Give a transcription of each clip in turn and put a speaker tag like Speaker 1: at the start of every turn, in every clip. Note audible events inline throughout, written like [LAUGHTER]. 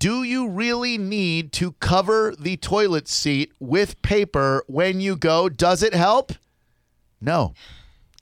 Speaker 1: Do you really need to cover the toilet seat with paper when you go? Does it help? No,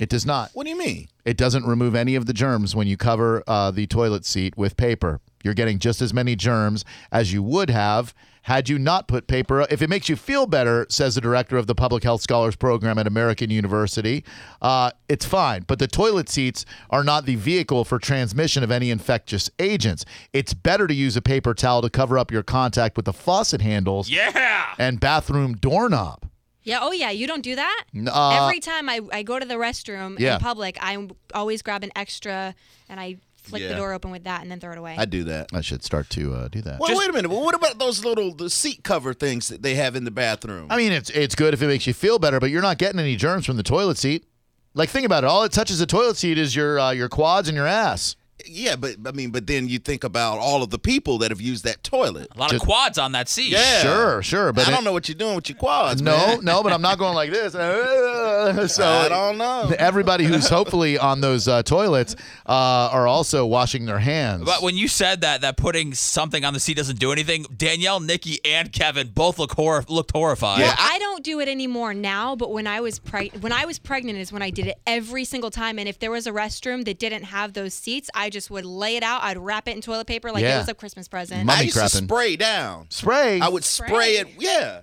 Speaker 1: it does not.
Speaker 2: What do you mean?
Speaker 1: It doesn't remove any of the germs when you cover uh, the toilet seat with paper. You're getting just as many germs as you would have had you not put paper. uh, If it makes you feel better, says the director of the Public Health Scholars Program at American University, uh, it's fine. But the toilet seats are not the vehicle for transmission of any infectious agents. It's better to use a paper towel to cover up your contact with the faucet handles
Speaker 2: Yeah.
Speaker 1: and bathroom doorknob.
Speaker 3: Yeah. Oh, yeah. You don't do that?
Speaker 1: N- uh,
Speaker 3: Every time I, I go to the restroom
Speaker 1: Yeah.
Speaker 3: in public, I always grab an extra and I flick the
Speaker 2: Yeah.
Speaker 3: door open with that and then throw it away.
Speaker 2: I do that.
Speaker 1: I should start to uh, do that.
Speaker 2: Well, wait a minute. Well, what about those little the seat cover things that they have in the bathroom?
Speaker 1: I mean, it's it's good if it makes you feel better, but you're not getting any germs from the toilet seat. Like, think about it. All it touches the toilet seat is your uh, your quads and your ass.
Speaker 2: yeah, but I mean, but then you think about all of the people that have used that toilet.
Speaker 4: A lot of quads on that seat.
Speaker 2: Yeah.
Speaker 1: Sure, sure, but
Speaker 2: I
Speaker 1: it-
Speaker 2: don't know what you're doing with your quads.
Speaker 1: no,
Speaker 2: man.
Speaker 1: no. But I'm not going like
Speaker 2: [LAUGHS]
Speaker 1: this. [LAUGHS] so
Speaker 2: I
Speaker 1: [LAUGHS]
Speaker 2: don't know.
Speaker 1: Everybody who's hopefully on those uh, toilets uh, are also washing their hands.
Speaker 4: But when you said that that putting something on the seat doesn't do anything, Danielle, Nikki, and Kevin both look hor- looked horrified.
Speaker 3: Well, I don't do it anymore now, but when I was preg- when I was pregnant is when I did it every single time. And if there was a restroom that didn't have those seats, I just would lay it out. I'd wrap it in toilet paper like
Speaker 1: Yeah.
Speaker 3: it was a Christmas present.
Speaker 1: Mummy
Speaker 2: I used to
Speaker 1: crapping.
Speaker 2: spray down.
Speaker 1: Spray. [LAUGHS]
Speaker 2: I would [LAUGHS] spray, it. Yeah.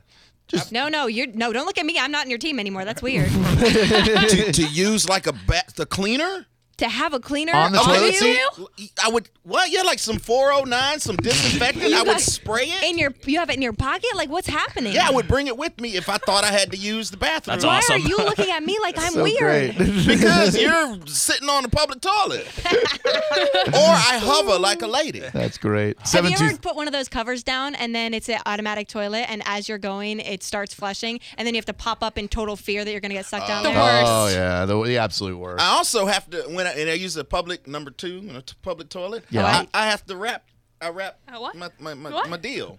Speaker 3: no, no, you're no. Don't look at me. I'm not in your team anymore.
Speaker 1: [LAUGHS]
Speaker 3: That's weird.
Speaker 2: to, to use like a bat the cleaner.
Speaker 3: to have a cleaner
Speaker 1: On the toilet
Speaker 3: you
Speaker 1: seat?
Speaker 2: I would what? Yeah, like some 409, some disinfectant. I would spray it.
Speaker 3: in your you have it in your pocket. Like what's happening?
Speaker 2: yeah, I would bring it with me if I thought I had to use the bathroom.
Speaker 4: That's
Speaker 3: Why
Speaker 4: awesome.
Speaker 3: are
Speaker 1: [LAUGHS]
Speaker 3: you looking at me like I'm
Speaker 1: so
Speaker 3: weird?
Speaker 1: great.
Speaker 2: Because you're sitting on a public
Speaker 3: [LAUGHS]
Speaker 2: toilet, or I hover like a lady.
Speaker 1: [LAUGHS] That's great.
Speaker 3: Have you
Speaker 1: two-
Speaker 3: ever put one of those covers down and then it's an automatic toilet and as you're going it starts flushing and then you have to pop up in total fear that you're gonna get sucked down there?
Speaker 1: Oh yeah, the, the absolute worst.
Speaker 2: I also have to when I, and I use a public number two, you know, t- public toilet.
Speaker 1: Yeah.
Speaker 2: I, I have to wrap. I wrap
Speaker 3: A what?
Speaker 2: my my my,
Speaker 3: What?
Speaker 2: my deal.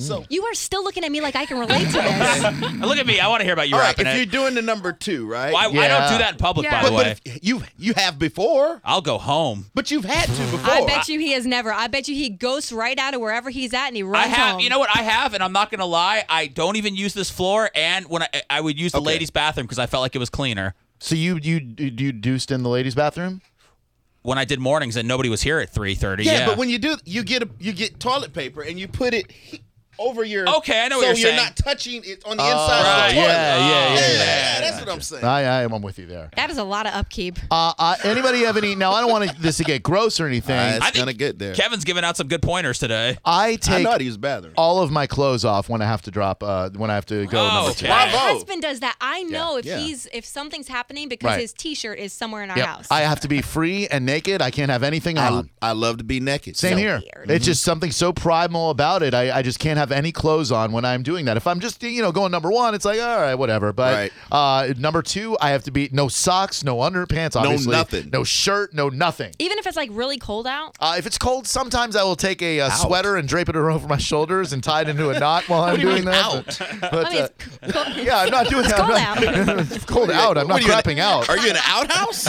Speaker 4: Mm.
Speaker 2: So
Speaker 3: You are still looking at me like I can relate to [LAUGHS] this.
Speaker 4: And [LAUGHS] Look at me. I want to hear about you
Speaker 2: all right,
Speaker 4: wrapping
Speaker 2: if
Speaker 4: it.
Speaker 2: you're doing the number two, right?
Speaker 4: Well, I, I
Speaker 1: Yeah.
Speaker 4: don't do that in public,
Speaker 3: Yeah.
Speaker 4: by the
Speaker 2: but,
Speaker 4: way.
Speaker 2: but if you you have before,
Speaker 4: I'll go home.
Speaker 2: but you've had to before.
Speaker 3: I bet you he has never. I bet you he ghosts right out of wherever he's at and he runs
Speaker 4: I have,
Speaker 3: home.
Speaker 4: you know what I have, and I'm not gonna lie. I don't even use this floor, and when I, I would use the ladies' bathroom because I felt like it was cleaner
Speaker 1: So you you you deuced in the ladies' bathroom?
Speaker 4: when I did mornings, and nobody was here at 3:30.
Speaker 2: Yeah,
Speaker 4: Yeah,
Speaker 2: but when you do, you get a, you get toilet paper and you put it he- over your.
Speaker 4: Okay, I know
Speaker 2: so
Speaker 4: what you're
Speaker 2: you're
Speaker 4: saying.
Speaker 2: not touching it on the inside. of
Speaker 4: Oh,
Speaker 1: Oh,
Speaker 4: right,
Speaker 2: the
Speaker 4: yeah,
Speaker 2: toilet. Oh,
Speaker 4: yeah, yeah,
Speaker 2: yeah. That's what I'm saying.
Speaker 1: I I am I'm with you there.
Speaker 3: that is a lot of upkeep.
Speaker 1: Uh, uh, anybody have any? Now I don't want this to get gross or anything.
Speaker 2: Uh, It's
Speaker 4: I think
Speaker 2: gonna get there.
Speaker 4: Kevin's giving out some good pointers today.
Speaker 1: I
Speaker 2: I
Speaker 1: take
Speaker 2: know how to use bathroom.
Speaker 1: all of my clothes off when I have to drop. Uh, when I have to go.
Speaker 4: Oh,
Speaker 1: number
Speaker 4: okay.
Speaker 1: two.
Speaker 3: My
Speaker 2: Bravo.
Speaker 3: husband does that. I know if
Speaker 2: yeah.
Speaker 3: he's if something's happening because
Speaker 1: Right.
Speaker 3: his T-shirt is somewhere in our
Speaker 1: Yep.
Speaker 3: house.
Speaker 1: I have to be free and naked. I can't have anything
Speaker 2: I,
Speaker 1: on.
Speaker 2: I love to be naked.
Speaker 1: Same
Speaker 2: So-
Speaker 1: here.
Speaker 3: weird.
Speaker 1: It's just something so primal about it. I, I just can't have any clothes on when I'm doing that. If I'm just you know going number one, it's like all right, whatever. But uh, number two, I have to be no socks, no underpants, obviously,
Speaker 2: nothing.
Speaker 1: no shirt, no nothing.
Speaker 3: Even if it's like really cold out,
Speaker 1: Uh, if it's cold, sometimes I will take a, uh sweater and drape it over my shoulders and tie it into a knot while I'm doing that. [LAUGHS] But, but,
Speaker 3: I mean,
Speaker 1: uh,
Speaker 3: it's c- [LAUGHS] cold.
Speaker 1: yeah, I'm not doing that.
Speaker 3: cold
Speaker 1: I'm not- [LAUGHS]
Speaker 3: [LAUGHS]
Speaker 1: it's cold out. I'm not
Speaker 2: What are you in-
Speaker 1: crapping out. [LAUGHS]
Speaker 2: Are you in an [LAUGHS] outhouse?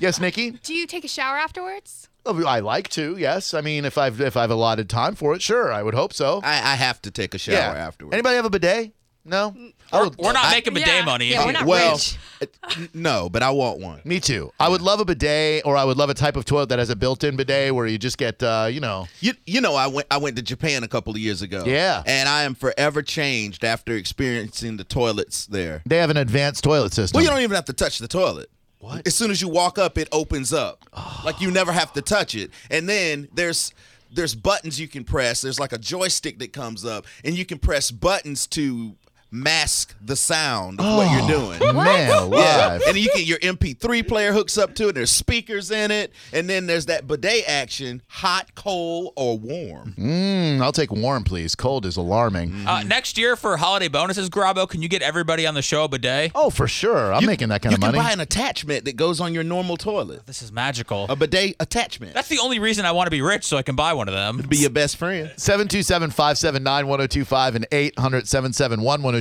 Speaker 1: Yes, Nikki.
Speaker 5: Do you take a shower afterwards?
Speaker 1: Oh, I like to. Yes, I mean if I've if I've allotted time for it, sure. I would hope so.
Speaker 2: I, I have to take a shower
Speaker 1: yeah.
Speaker 2: afterwards.
Speaker 1: Anybody have a bidet? No. Oh, I would,
Speaker 4: We're not making bidet
Speaker 5: yeah.
Speaker 4: money.
Speaker 3: Yeah, we're not
Speaker 2: well,
Speaker 3: rich.
Speaker 2: uh, no, but I want one.
Speaker 1: Me too. I would love a bidet, or I would love a type of toilet that has a built-in bidet where you just get, uh, you know,
Speaker 2: You, you know, I went I went to Japan a couple of years ago.
Speaker 1: Yeah.
Speaker 2: and I am forever changed after experiencing the toilets there.
Speaker 1: they have an advanced toilet system.
Speaker 2: Well, you don't even have to touch the toilet. What? As soon as you walk up, it opens up. Like you never have to touch it. And then there's there's buttons you can press. There's like a joystick that comes up, and you can press buttons to mask the sound of what you're
Speaker 1: Oh. [LAUGHS]
Speaker 2: doing.
Speaker 1: man
Speaker 2: Yeah,
Speaker 1: alive.
Speaker 2: and you can your MP3 player hooks up to it. There's speakers in it, and then there's that bidet action: hot, cold, or warm.
Speaker 1: Mm, I'll take warm, please. Cold is alarming.
Speaker 4: Uh, next year for holiday bonuses, Grabo, can you get everybody on the show a bidet?
Speaker 1: Oh, for sure. I'm making that kind
Speaker 2: you
Speaker 1: of money.
Speaker 2: can buy an attachment that goes on your normal toilet,
Speaker 4: This is magical.
Speaker 2: a bidet attachment.
Speaker 4: That's the only reason I want to be rich, so I can buy one of them.
Speaker 2: be your best friend.
Speaker 1: oh 727 579 1025 and 800 771 1025.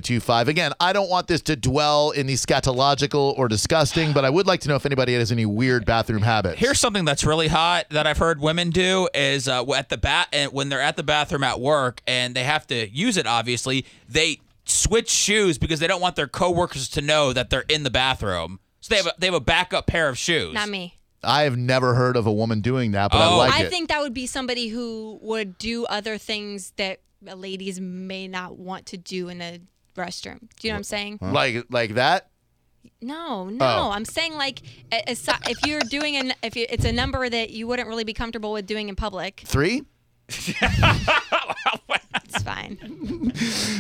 Speaker 1: Again, I don't want this to dwell in the scatological or disgusting, but I would like to know if anybody has any weird bathroom habits.
Speaker 4: Here's something that's really hot that I've heard women do is uh, at the bat and when they're at the bathroom at work and they have to use it. Obviously, they switch shoes because they don't want their coworkers to know that they're in the bathroom. So they have a, they have a backup pair of shoes.
Speaker 3: Not me.
Speaker 1: I have never heard of a woman doing that, but I
Speaker 4: Oh.
Speaker 1: like
Speaker 3: I
Speaker 1: it.
Speaker 3: think that would be somebody who would do other things that ladies may not want to do in a restroom. Do you know what I'm saying?
Speaker 1: like like that?
Speaker 3: No, no.
Speaker 2: Oh.
Speaker 3: I'm saying like a- a si- if you're doing an if you, it's a number that you wouldn't really be comfortable with doing in public,
Speaker 1: 3
Speaker 2: [LAUGHS]
Speaker 3: it's fine.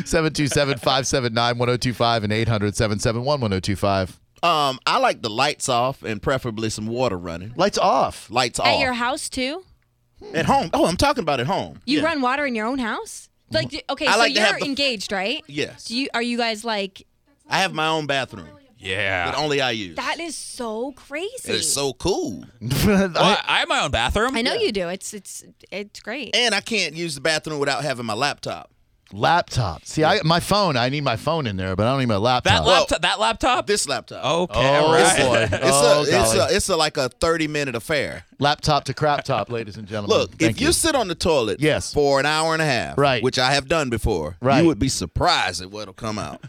Speaker 1: 727-579-1025 and 800-771-1025.
Speaker 2: Um, I like the lights off and preferably some water running.
Speaker 1: Lights off. [LAUGHS]
Speaker 2: Lights
Speaker 3: At
Speaker 2: off
Speaker 3: your house too?
Speaker 2: at home. Oh, I'm talking about at home.
Speaker 3: You
Speaker 2: Yeah.
Speaker 3: run water in your own house? Like d- okay,
Speaker 2: I
Speaker 3: so
Speaker 2: like to have
Speaker 3: you're
Speaker 2: the-
Speaker 3: engaged, right?
Speaker 2: Yes.
Speaker 3: Do you are you guys like
Speaker 2: I have my own bathroom that
Speaker 4: Yeah.
Speaker 2: only I use.
Speaker 3: that is so crazy.
Speaker 2: it's Ah. so cool.
Speaker 4: Well,
Speaker 1: I-
Speaker 4: I, I have my own bathroom.
Speaker 3: I know you do. It's it's it's great.
Speaker 2: And I can't use the bathroom without having my laptop.
Speaker 1: laptop. See, I my phone. I need my phone in there, but I don't need my
Speaker 4: That
Speaker 1: laptop.
Speaker 4: laptop. That laptop.
Speaker 2: This laptop.
Speaker 4: okay.
Speaker 2: [LAUGHS]
Speaker 1: Oh,
Speaker 4: right.
Speaker 1: boy.
Speaker 2: It's,
Speaker 1: Oh,
Speaker 2: a, it's,
Speaker 1: golly.
Speaker 2: a, it's a, like a 30 minute affair.
Speaker 1: laptop to crap top, [LAUGHS] ladies and gentlemen.
Speaker 2: Look,
Speaker 1: Thank
Speaker 2: if you. sit on the toilet
Speaker 1: Yes.
Speaker 2: for an hour and a half,
Speaker 1: Right.
Speaker 2: which I have done before,
Speaker 1: Right.
Speaker 2: you would be surprised at what'll come out.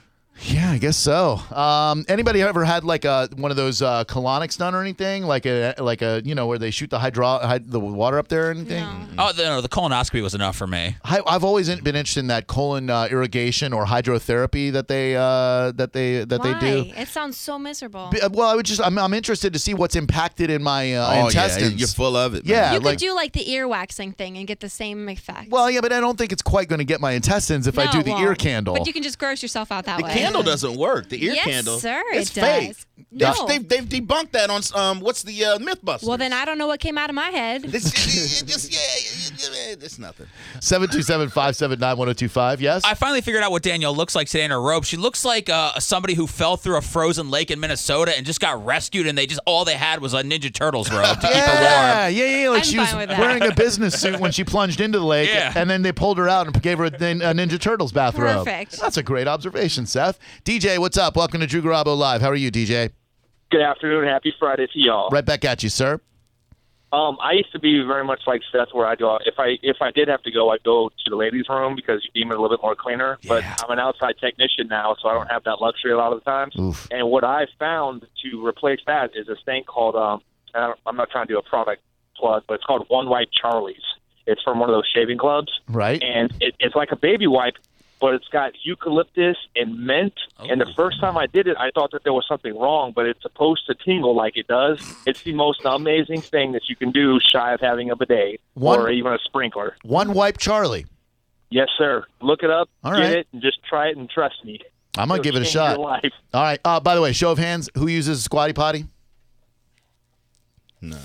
Speaker 1: Yeah, I guess so. Um, anybody ever had like a one of those uh, colonics done or anything? Like a like a you know where they shoot the hydro hyd- the water up there or anything?
Speaker 3: No.
Speaker 4: Oh, the, no, the colonoscopy was enough for me.
Speaker 1: I, I've always in- been interested in that colon uh, irrigation or hydrotherapy that they uh, that they that
Speaker 3: Why?
Speaker 1: they do.
Speaker 3: It sounds so miserable.
Speaker 1: B- uh, Well, I would just I'm, I'm interested to see what's impacted in my uh,
Speaker 2: oh,
Speaker 1: intestines.
Speaker 2: yeah. You're full of it.
Speaker 1: Yeah,
Speaker 3: you
Speaker 2: man.
Speaker 3: could
Speaker 1: like-
Speaker 3: do like the ear waxing thing and get the same effect.
Speaker 1: well, yeah, but I don't think it's quite going to get my intestines if I
Speaker 3: No,
Speaker 1: do
Speaker 3: it
Speaker 1: the ear
Speaker 3: won't.
Speaker 1: candle.
Speaker 3: But you can just gross yourself out that
Speaker 2: The
Speaker 3: way.
Speaker 2: candle doesn't work. The ear
Speaker 3: yes,
Speaker 2: candle.
Speaker 3: sir,
Speaker 2: It's
Speaker 3: it does.
Speaker 2: fake.
Speaker 3: No.
Speaker 2: They've, they've, they've debunked that on um what's the uh, MythBusters.
Speaker 3: well, then I don't know what came out of my head.
Speaker 2: This, it, it, it just, yeah, it- it- it's nothing.
Speaker 1: Seven two seven five seven nine one zero two five. Yes.
Speaker 4: I finally figured out what Danielle looks like today in her robe. She looks like uh, somebody who fell through a frozen lake in Minnesota and just got rescued, and they just all they had was a Ninja Turtles robe to keep her warm.
Speaker 1: yeah, yeah, yeah. Like
Speaker 3: I'm
Speaker 1: she
Speaker 3: fine
Speaker 1: was
Speaker 3: with that.
Speaker 1: wearing a business suit when she plunged into the lake,
Speaker 4: Yeah.
Speaker 1: and then they pulled her out and gave her a, thin- a Ninja Turtles bathrobe.
Speaker 3: Perfect.
Speaker 1: That's a great observation, Seth. DJ, what's up? Welcome to Drew Garabo Live. How are you, DJ?
Speaker 6: Good afternoon. Happy Friday to y'all.
Speaker 1: Right back at you, sir.
Speaker 6: Um, I used to be very much like Seth, where I go if I if I did have to go, I'd go to the ladies' room because you deem it a little bit more cleaner. But I'm an outside technician now, so I don't have that luxury a lot of the times.
Speaker 1: Oof.
Speaker 6: And what I found to replace that is this thing called um, I don't, I'm not trying to do a product plug, but it's called One Wipe Charlie's. It's from one of those shaving clubs,
Speaker 1: Right.
Speaker 6: and it, it's like a baby wipe, but it's got eucalyptus and mint. And the first time I did it, I thought that there was something wrong, but it's supposed to tingle like it does. It's the most amazing thing that you can do shy of having a bidet
Speaker 1: One-
Speaker 6: or even a sprinkler.
Speaker 1: One wipe, Charlie.
Speaker 6: Yes, sir. Look it up,
Speaker 1: All
Speaker 6: get
Speaker 1: right.
Speaker 6: it, and just try it and trust me.
Speaker 1: I'm gonna give it a
Speaker 6: change your
Speaker 1: shot. All
Speaker 6: life.
Speaker 1: right. Uh, by the way, show of hands. Who uses Squatty Potty?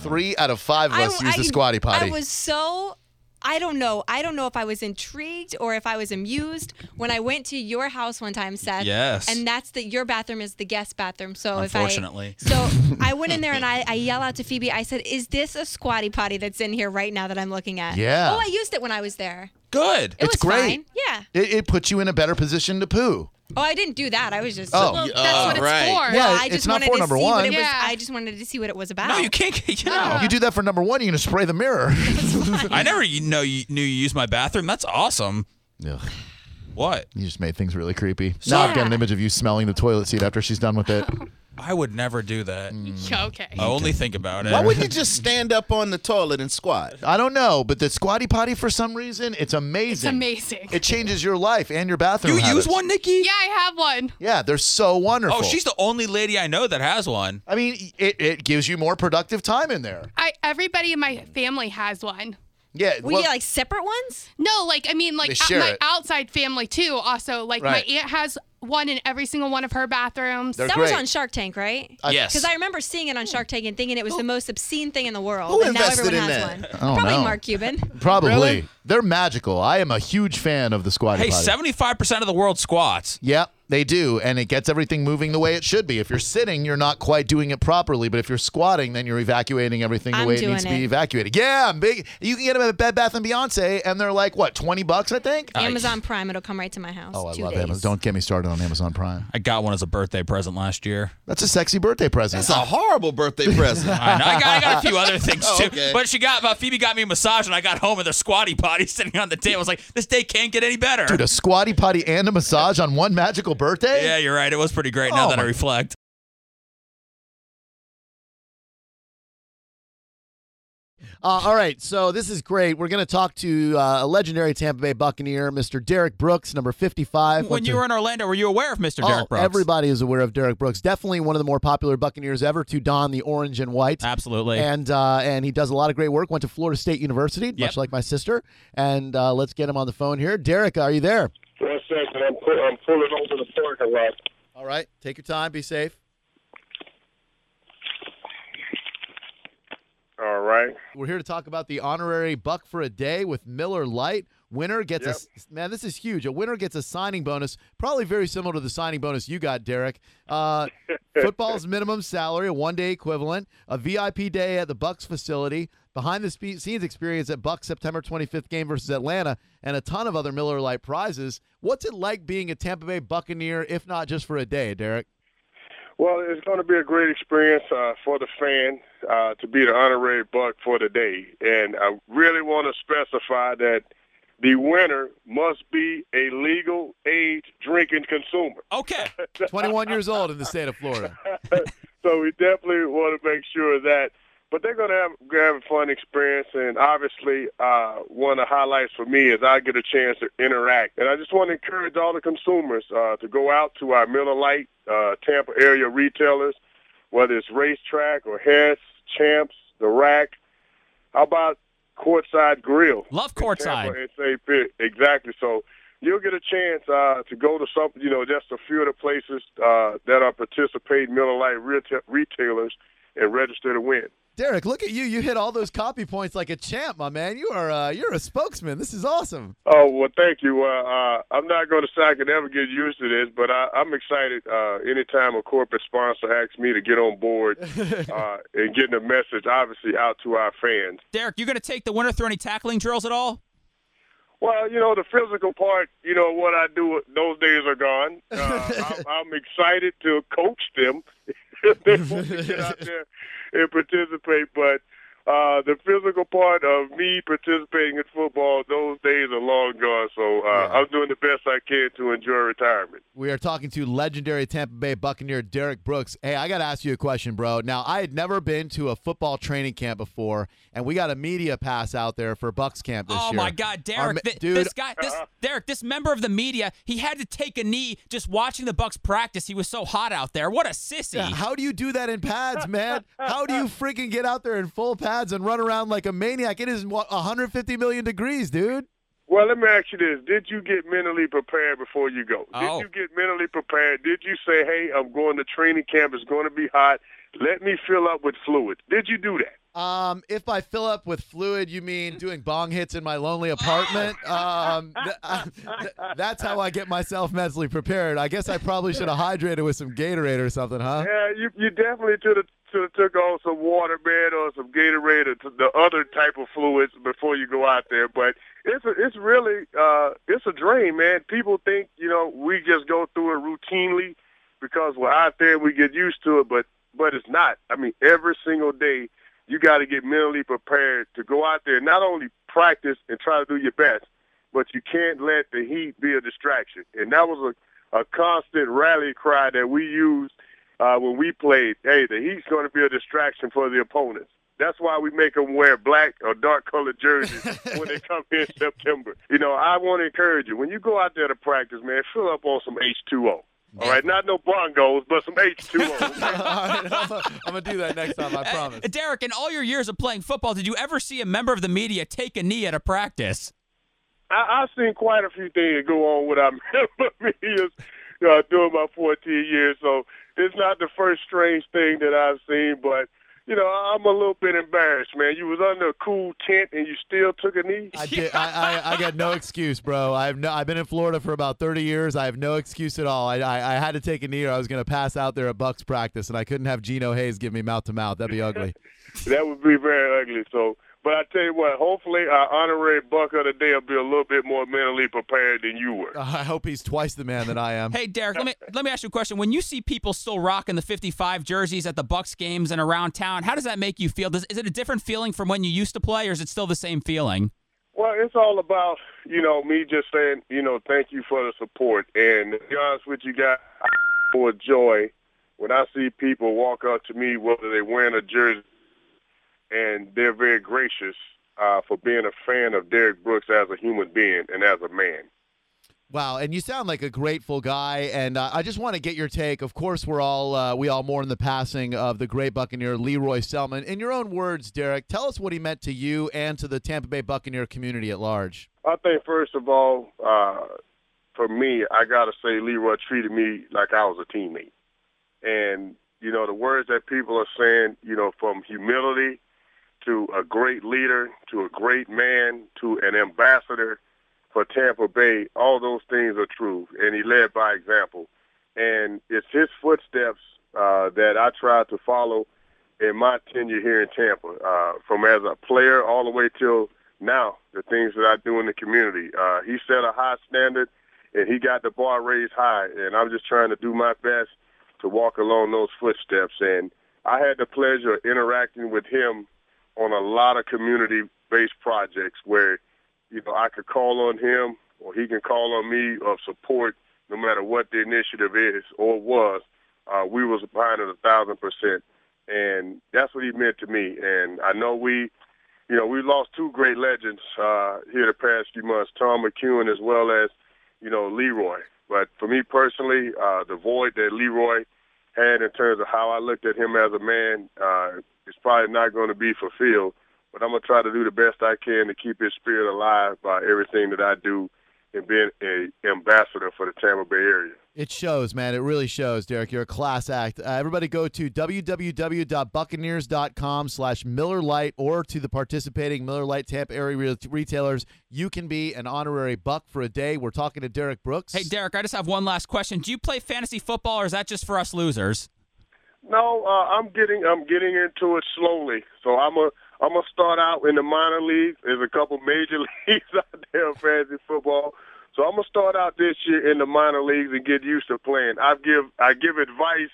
Speaker 1: Three out of five of us use the Squatty Potty.
Speaker 3: I was so I don't know. I don't know if I was intrigued or if I was amused when I went to your house one time, Seth.
Speaker 4: Yes.
Speaker 3: And that's the your bathroom is the guest bathroom. So
Speaker 4: Unfortunately.
Speaker 1: [LAUGHS]
Speaker 3: if I, so I went in there and I, I yell out to Phoebe. I said, "Is this a squatty potty that's in here right now that I'm looking at?"
Speaker 1: Yeah.
Speaker 3: Oh, I used it when I was there.
Speaker 4: Good.
Speaker 3: It
Speaker 1: It's
Speaker 3: was
Speaker 1: great.
Speaker 3: fine. Yeah.
Speaker 1: it, it puts you in a better position to poo.
Speaker 3: Oh, I didn't do that. I was just.
Speaker 1: Oh.
Speaker 5: Well,
Speaker 1: Yeah,
Speaker 5: that's what it's
Speaker 2: right.
Speaker 5: for.
Speaker 1: Yeah,
Speaker 3: Well, I
Speaker 1: it's
Speaker 3: just
Speaker 1: not
Speaker 3: wanted
Speaker 1: for
Speaker 3: to
Speaker 1: number
Speaker 3: see
Speaker 1: one.
Speaker 3: What it was,
Speaker 5: Yeah.
Speaker 3: I just wanted to see what it was about.
Speaker 4: No, you can't. get- Yeah.
Speaker 3: Ah.
Speaker 1: You do that for number one, you're gonna spray the
Speaker 4: [LAUGHS]
Speaker 1: mirror.
Speaker 4: I never you know you knew you used my bathroom. That's awesome.
Speaker 1: Ugh.
Speaker 4: What?
Speaker 1: You just made things really creepy. now I've got an
Speaker 3: Yeah.
Speaker 1: image of you smelling the toilet seat after she's done with it.
Speaker 4: I would never do that.
Speaker 1: Mm,
Speaker 5: Yeah, okay.
Speaker 1: Oh,
Speaker 4: I only think about it.
Speaker 2: Why wouldn't you just stand up on the toilet and squat?
Speaker 1: I don't know, but the squatty potty for some reason, it's amazing.
Speaker 5: It's amazing.
Speaker 1: It changes your life and your bathroom.
Speaker 4: you
Speaker 1: habits.
Speaker 4: use one, Nikki?
Speaker 5: yeah, I have one.
Speaker 1: Yeah, they're so wonderful.
Speaker 4: Oh, she's the only lady I know that has one.
Speaker 1: I mean, it, it gives you more productive time in there.
Speaker 5: I everybody in my family has one.
Speaker 1: Yeah.
Speaker 3: we
Speaker 1: well-
Speaker 3: get like separate ones.
Speaker 5: No, like I mean, like
Speaker 1: They
Speaker 5: out-
Speaker 1: share
Speaker 5: my
Speaker 1: it.
Speaker 5: outside family too. Also, like
Speaker 1: Right.
Speaker 5: my aunt has one in every single one of her bathrooms.
Speaker 1: They're
Speaker 3: That was
Speaker 1: great. Uh,
Speaker 3: on Shark Tank, right?
Speaker 4: yes.
Speaker 3: Because I remember seeing it on Shark Tank and thinking it was the most obscene thing in the world.
Speaker 2: Who
Speaker 3: and now
Speaker 2: invested in
Speaker 3: everyone has
Speaker 2: that?
Speaker 3: one.
Speaker 1: don't
Speaker 3: Probably
Speaker 1: know.
Speaker 3: Mark Cuban.
Speaker 1: Probably.
Speaker 2: Really?
Speaker 1: They're magical. I am a huge fan of the squatty
Speaker 4: hey,
Speaker 1: potty.
Speaker 4: seventy-five percent of the world squats.
Speaker 1: Yep, they do, and it gets everything moving the way it should be. If you're sitting, you're not quite doing it properly, but if you're squatting, then you're evacuating everything the
Speaker 3: I'm
Speaker 1: way it
Speaker 3: doing
Speaker 1: needs to be
Speaker 3: it.
Speaker 1: evacuated. Yeah, I'm big. You can get them at Bed Bath and Beyonce, and they're like what, twenty bucks, I think.
Speaker 3: Amazon Prime, it'll come right to my house.
Speaker 1: Oh, I
Speaker 3: Two
Speaker 1: love
Speaker 3: days.
Speaker 1: Amazon. Don't get me started on on Amazon Prime.
Speaker 4: I got one as a birthday present last year.
Speaker 1: That's a sexy birthday present.
Speaker 2: That's a horrible birthday present.
Speaker 4: I, know. I got, I got a few
Speaker 7: [LAUGHS]
Speaker 4: other things
Speaker 2: Oh,
Speaker 4: too.
Speaker 2: okay.
Speaker 4: But she got uh, Phoebe got me a massage, and I got home with a squatty potty [LAUGHS] sitting on the table. I was like, this day can't get any better.
Speaker 7: uh,
Speaker 1: Dude, a squatty potty and a massage on one magical birthday?
Speaker 4: yeah, you're right. It was pretty great. Now
Speaker 1: Oh,
Speaker 4: that I
Speaker 1: my-
Speaker 4: reflect.
Speaker 7: Uh, all right, so this is great. We're going to talk to uh, a legendary Tampa Bay Buccaneer, Mr. Derek Brooks, number 55.
Speaker 4: When
Speaker 7: Went
Speaker 4: you
Speaker 7: to-
Speaker 4: were in Orlando, were you aware of Mr.
Speaker 7: Oh,
Speaker 4: Derek Brooks?
Speaker 7: Everybody is aware of Derek Brooks. Definitely one of the more popular Buccaneers ever to don the orange and white.
Speaker 4: Absolutely.
Speaker 7: And uh, and he does a lot of great work. Went to Florida State University, much like my sister. And uh, let's get him on the phone here. Derek, are you there?
Speaker 8: One second, I'm, pull, I'm pulling over the parking lot.
Speaker 7: All right, take your time. Be safe.
Speaker 8: All right.
Speaker 7: We're here to talk about the honorary buck for a day with Miller Light. Winner gets
Speaker 8: Yep.
Speaker 7: a man. This is huge. A winner gets a signing bonus, probably very similar to the signing bonus you got, Derek. Uh, football's minimum salary, a one-day equivalent, a VIP day at the Bucks facility, behind-the-scenes experience at Bucks September 25th game versus Atlanta, and a ton of other Miller Light prizes. What's it like being a Tampa Bay Buccaneer, if not just for a day, Derek?
Speaker 8: Well, it's going to be a great experience uh, for the fan uh, to be the honorary buck for the day. And I really want to specify that the winner must be a legal age drinking consumer.
Speaker 4: okay.
Speaker 7: 21 years old in the state of Florida.
Speaker 8: so we definitely want to make sure of that. But they're going to have, gonna have a fun experience, and obviously, uh, one of the highlights for me is I get a chance to interact. And I just want to encourage all the consumers uh, to go out to our Miller Lite uh, Tampa area retailers, whether it's Racetrack or Hess, Champs, The Rack. How about Courtside Grill?
Speaker 4: Love
Speaker 8: Tampa
Speaker 4: courtside.
Speaker 8: and St. Pete. Exactly. So you'll get a chance uh, to go to some, you know, just a few of the places uh, that are participating Miller Lite reta- retailers and register to win.
Speaker 7: Derek, look at you. You hit all those copy points like a champ, my man. You are uh, you're a spokesman. This is awesome.
Speaker 8: Oh well, thank you. Uh, uh, I'm not going to say I can ever get used to this, but I, I'm excited. Uh, anytime a corporate sponsor asks me to get
Speaker 4: [LAUGHS]
Speaker 8: on board uh, and getting a message, obviously out to our fans.
Speaker 4: Derek, you going to take the winner through any tackling drills at all?
Speaker 8: Well, you know, the physical part, you know, what I do, those days are gone. Uh, I'm, I'm excited to coach them. [LAUGHS] they want to get out there and participate, but uh, the physical part of me participating in football, those days are long gone. So uh, I'm doing the best I can to enjoy retirement.
Speaker 7: We are talking to legendary Tampa Bay Buccaneer Derek Brooks. Hey, I got to ask you a question, bro. Now, I had never been to a football training camp before, and we got
Speaker 1: [LAUGHS]
Speaker 7: a media pass out there for Bucks camp this
Speaker 4: oh
Speaker 7: year.
Speaker 4: my God, Derek!
Speaker 7: Our ma-
Speaker 4: thi-
Speaker 7: dude,
Speaker 4: this guy, this Derek, this member of the media, he had to take a knee just watching the Bucks practice. He was so hot out there. What a sissy!
Speaker 7: yeah, how do you do that in pads, man? How
Speaker 4: [LAUGHS]
Speaker 7: do you freaking get out there in full pads and run around like a maniac? It is what, 150 million degrees, dude.
Speaker 8: Well, let me ask you this. Did you get mentally prepared before you go?
Speaker 4: Oh.
Speaker 8: Did you get mentally prepared? Did you say, hey, I'm going to training camp. It's going to be hot. Let me fill up with fluid. Did you do that?
Speaker 7: Um, if I fill up with fluid, you mean doing bong hits in my lonely apartment? Um, th- [LAUGHS] uh, th- that's how I get myself mentally prepared. I guess I probably should have hydrated with some Gatorade or something, huh?
Speaker 8: Yeah, you you definitely should have should have took on some water, man, or some Gatorade or t- the other type of fluids before you go out there. But it's a, it's really uh, it's a dream, man. People think you know we just go through it routinely because we're out there, we get used to it, but but it's not. I mean, every single day you got to get mentally prepared to go out there, and not only practice and try to do your best, but you can't let the heat be a distraction. And that was a, a constant rally cry that we used uh, when we played. Hey, the heat's going to be a distraction for the opponents. That's why we make them wear black or dark colored jerseys when they come in September. You know, I want to encourage you when you go out there to practice, man, fill up on some H2O. All right, not no bongos, but some H2O.
Speaker 7: [LAUGHS] All right, I'm gonna- I'm gonna do that next time. I promise.
Speaker 4: Uh, Derek, in all your years of playing football, did you ever see a member of the media take a knee at a practice?
Speaker 8: I, I've seen quite a few things that go on with our [LAUGHS] millions uh, during my 14 years, so it's not the first strange thing that I've seen, but. You know, I'm a little bit embarrassed, man. You was under a cool tent and you still took a knee.
Speaker 7: [LAUGHS] I did. I, I, I got no excuse, bro. I've no, I've been in Florida for about 30 years. I have no excuse at all. I, I, I had to take a knee or I was gonna pass out there at Bucks practice, and I couldn't have Geno Hayes give me mouth to mouth. That'd be ugly.
Speaker 8: That would be very ugly. So, But I tell you what, hopefully our honorary buck of the day will be a little bit more mentally prepared than you were.
Speaker 7: [LAUGHS] I hope he's twice the man that I am.
Speaker 4: Hey, Derek, let me let me ask you a question. When you see people still rocking the 55 jerseys at the Bucks games and around town, how does that make you feel? Does, is it a different feeling from when you used to play, or is it still the same feeling?
Speaker 8: Well, it's all about, you know, me just saying, you know, thank you for the support. And to be honest with you guys, I for joy when I see people walk up to me, whether they wearing a jersey, and they're very gracious uh, for being a fan of Derek Brooks as a human being and as a man.
Speaker 7: [LAUGHS] Wow, and you sound like a grateful guy, and uh, I just want to get your take. Of course, we're all uh, we all mourn the passing of the great Buccaneer Leroy Selman. In your own words, Derek, tell us what he meant to you and to the Tampa Bay Buccaneer community at large.
Speaker 8: I think first of all, uh, for me, I gotta say Leroy treated me like I was a teammate. And, you know, the words that people are saying, you know, from humility to a great leader, to a great man, to an ambassador for Tampa Bay, all those things are true. And he led by example. And it's his footsteps uh, that I tried to follow in my tenure here in Tampa, uh, from as a player all the way till now, the things that I do in the community. Uh, he set a high standard, and he got the bar raised high. And I'm just trying to do my best to walk along those footsteps. And I had the pleasure of interacting with him on a lot of community-based projects where, you know, I could call on him or he can call on me of support, no matter what the initiative is or was. Uh, we was behind it a thousand percent, and that's what he meant to me. And I know we, you know, we lost two great legends uh, here the past few months, Tom McEwen as well as, you know, Leroy. But for me personally, uh, the void that Leroy had in terms of how I looked at him as a man uh, is probably not going to be fulfilled. But I'm gonna try to do the best I can to keep his spirit alive by everything that I do and being an ambassador for the Tampa Bay area.
Speaker 7: It shows, man. It really shows, Derek. You're a class act. Uh, everybody go to www.buccaneers.com slash Miller Lite or to the participating Miller Lite Tampa area re- retailers. You can be an honorary buck for a day. We're talking to Derek Brooks.
Speaker 4: Hey, Derek, I just have one last question. Do you play fantasy football, or is that just for us losers?
Speaker 8: No, uh, I'm getting I'm getting into it slowly. So I'm a I'm gonna start out in the minor leagues. There's a couple major [LAUGHS] leagues out there in fantasy football. So I'm gonna start out this year in the minor leagues and get used to playing. I give I give advice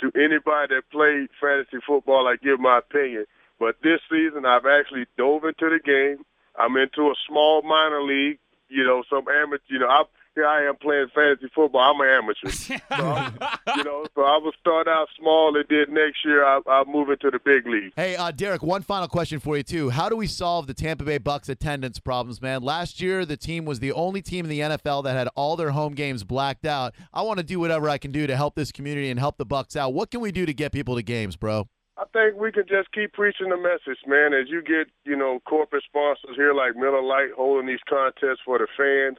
Speaker 8: to anybody that played fantasy football. I give my opinion. But this season, I've actually dove into the game. I'm into a small minor league. You know, some amateur. You know, I here I am playing fantasy football. I'm an amateur. So I'm- you know, so I will start out small, and then next year I I move into the big league.
Speaker 7: Hey, uh, Derek, one final question for you, too. How do we solve the Tampa Bay Bucks attendance problems, man? Last year, the team was the only team in the NFL that had all their home games blacked out. I want to do whatever I can do to help this community and help the Bucks out. What can we do to get people to games, bro?
Speaker 8: I think we can just keep preaching the message, man. As you get, you know, corporate sponsors here like Miller Lite holding these contests for the fans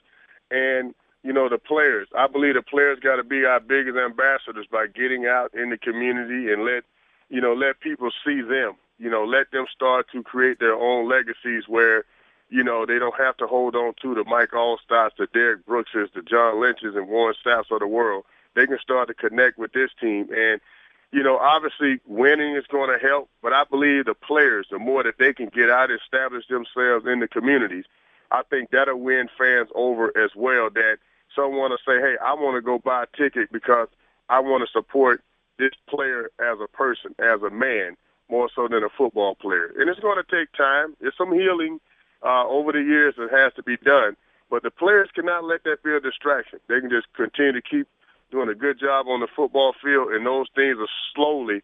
Speaker 8: and, you know, the players. I believe the players got to be our biggest ambassadors by getting out in the community and let, you know, let people see them. You know, let them start to create their own legacies where, you know, they don't have to hold on to the Mike Allstots, the Derek Brookses, the John Lynches, and Warren Saps of the world. They can start to connect with this team and you know, obviously winning is going to help, but I believe the players, the more that they can get out and establish themselves in the communities, I think that'll win fans over as well. That someone will say, hey, I want to go buy a ticket because I want to support this player as a person, as a man, more so than a football player. And it's going to take time. There's some healing uh, over the years that has to be done, but the players cannot let that be a distraction. They can just continue to keep doing a good job on the football field, and those things will slowly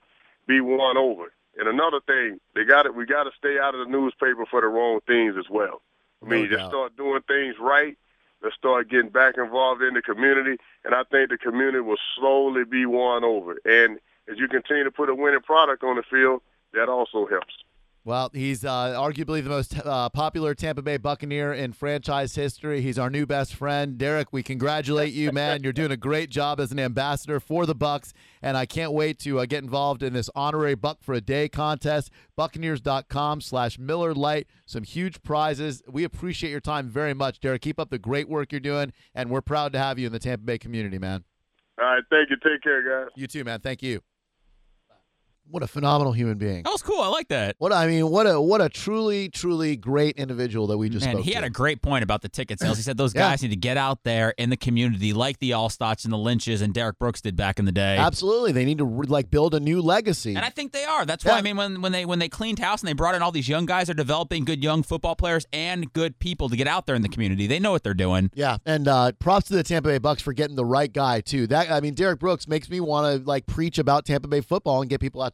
Speaker 8: be won over. And another thing, they got it. We got to stay out of the newspaper for the wrong things as well. I mean, just start doing things right. Let's start getting back involved in the community, and I think the community will slowly be won over. And as you continue to put a winning product on the field, that also helps.
Speaker 7: Well, he's uh, arguably the most uh, popular Tampa Bay Buccaneer in franchise history. He's our new best friend, Derek. We congratulate you, man. You're doing a great job as an ambassador for the Bucks, and I can't wait to uh, get involved in this honorary Buck for a Day contest. Buccaneers.com/slash Miller Light. Some huge prizes. We appreciate your time very much, Derek. Keep up the great work you're doing, and we're proud to have you in the Tampa Bay community, man.
Speaker 8: All right, thank you. Take care, guys.
Speaker 7: You too, man. Thank you. What a phenomenal human being.
Speaker 4: That was cool. I like that.
Speaker 7: What I mean, what a what a truly truly great individual that we just
Speaker 4: Man,
Speaker 7: spoke
Speaker 4: he
Speaker 7: to.
Speaker 4: had a great point about the ticket sales. He said those
Speaker 7: Yeah.
Speaker 4: guys need to get out there in the community, like the Allstots and the Lynches and Derek Brooks did back in the day.
Speaker 7: Absolutely, they need to re- like build a new legacy.
Speaker 4: And I think they are. That's why I mean when when they when they cleaned house and they brought in all these young guys, they're developing good young football players and good people to get out there in the community. They know what they're doing.
Speaker 7: yeah, and uh, props to the Tampa Bay Bucks for getting the right guy too. That I mean, Derek Brooks makes me want to like preach about Tampa Bay football and get people out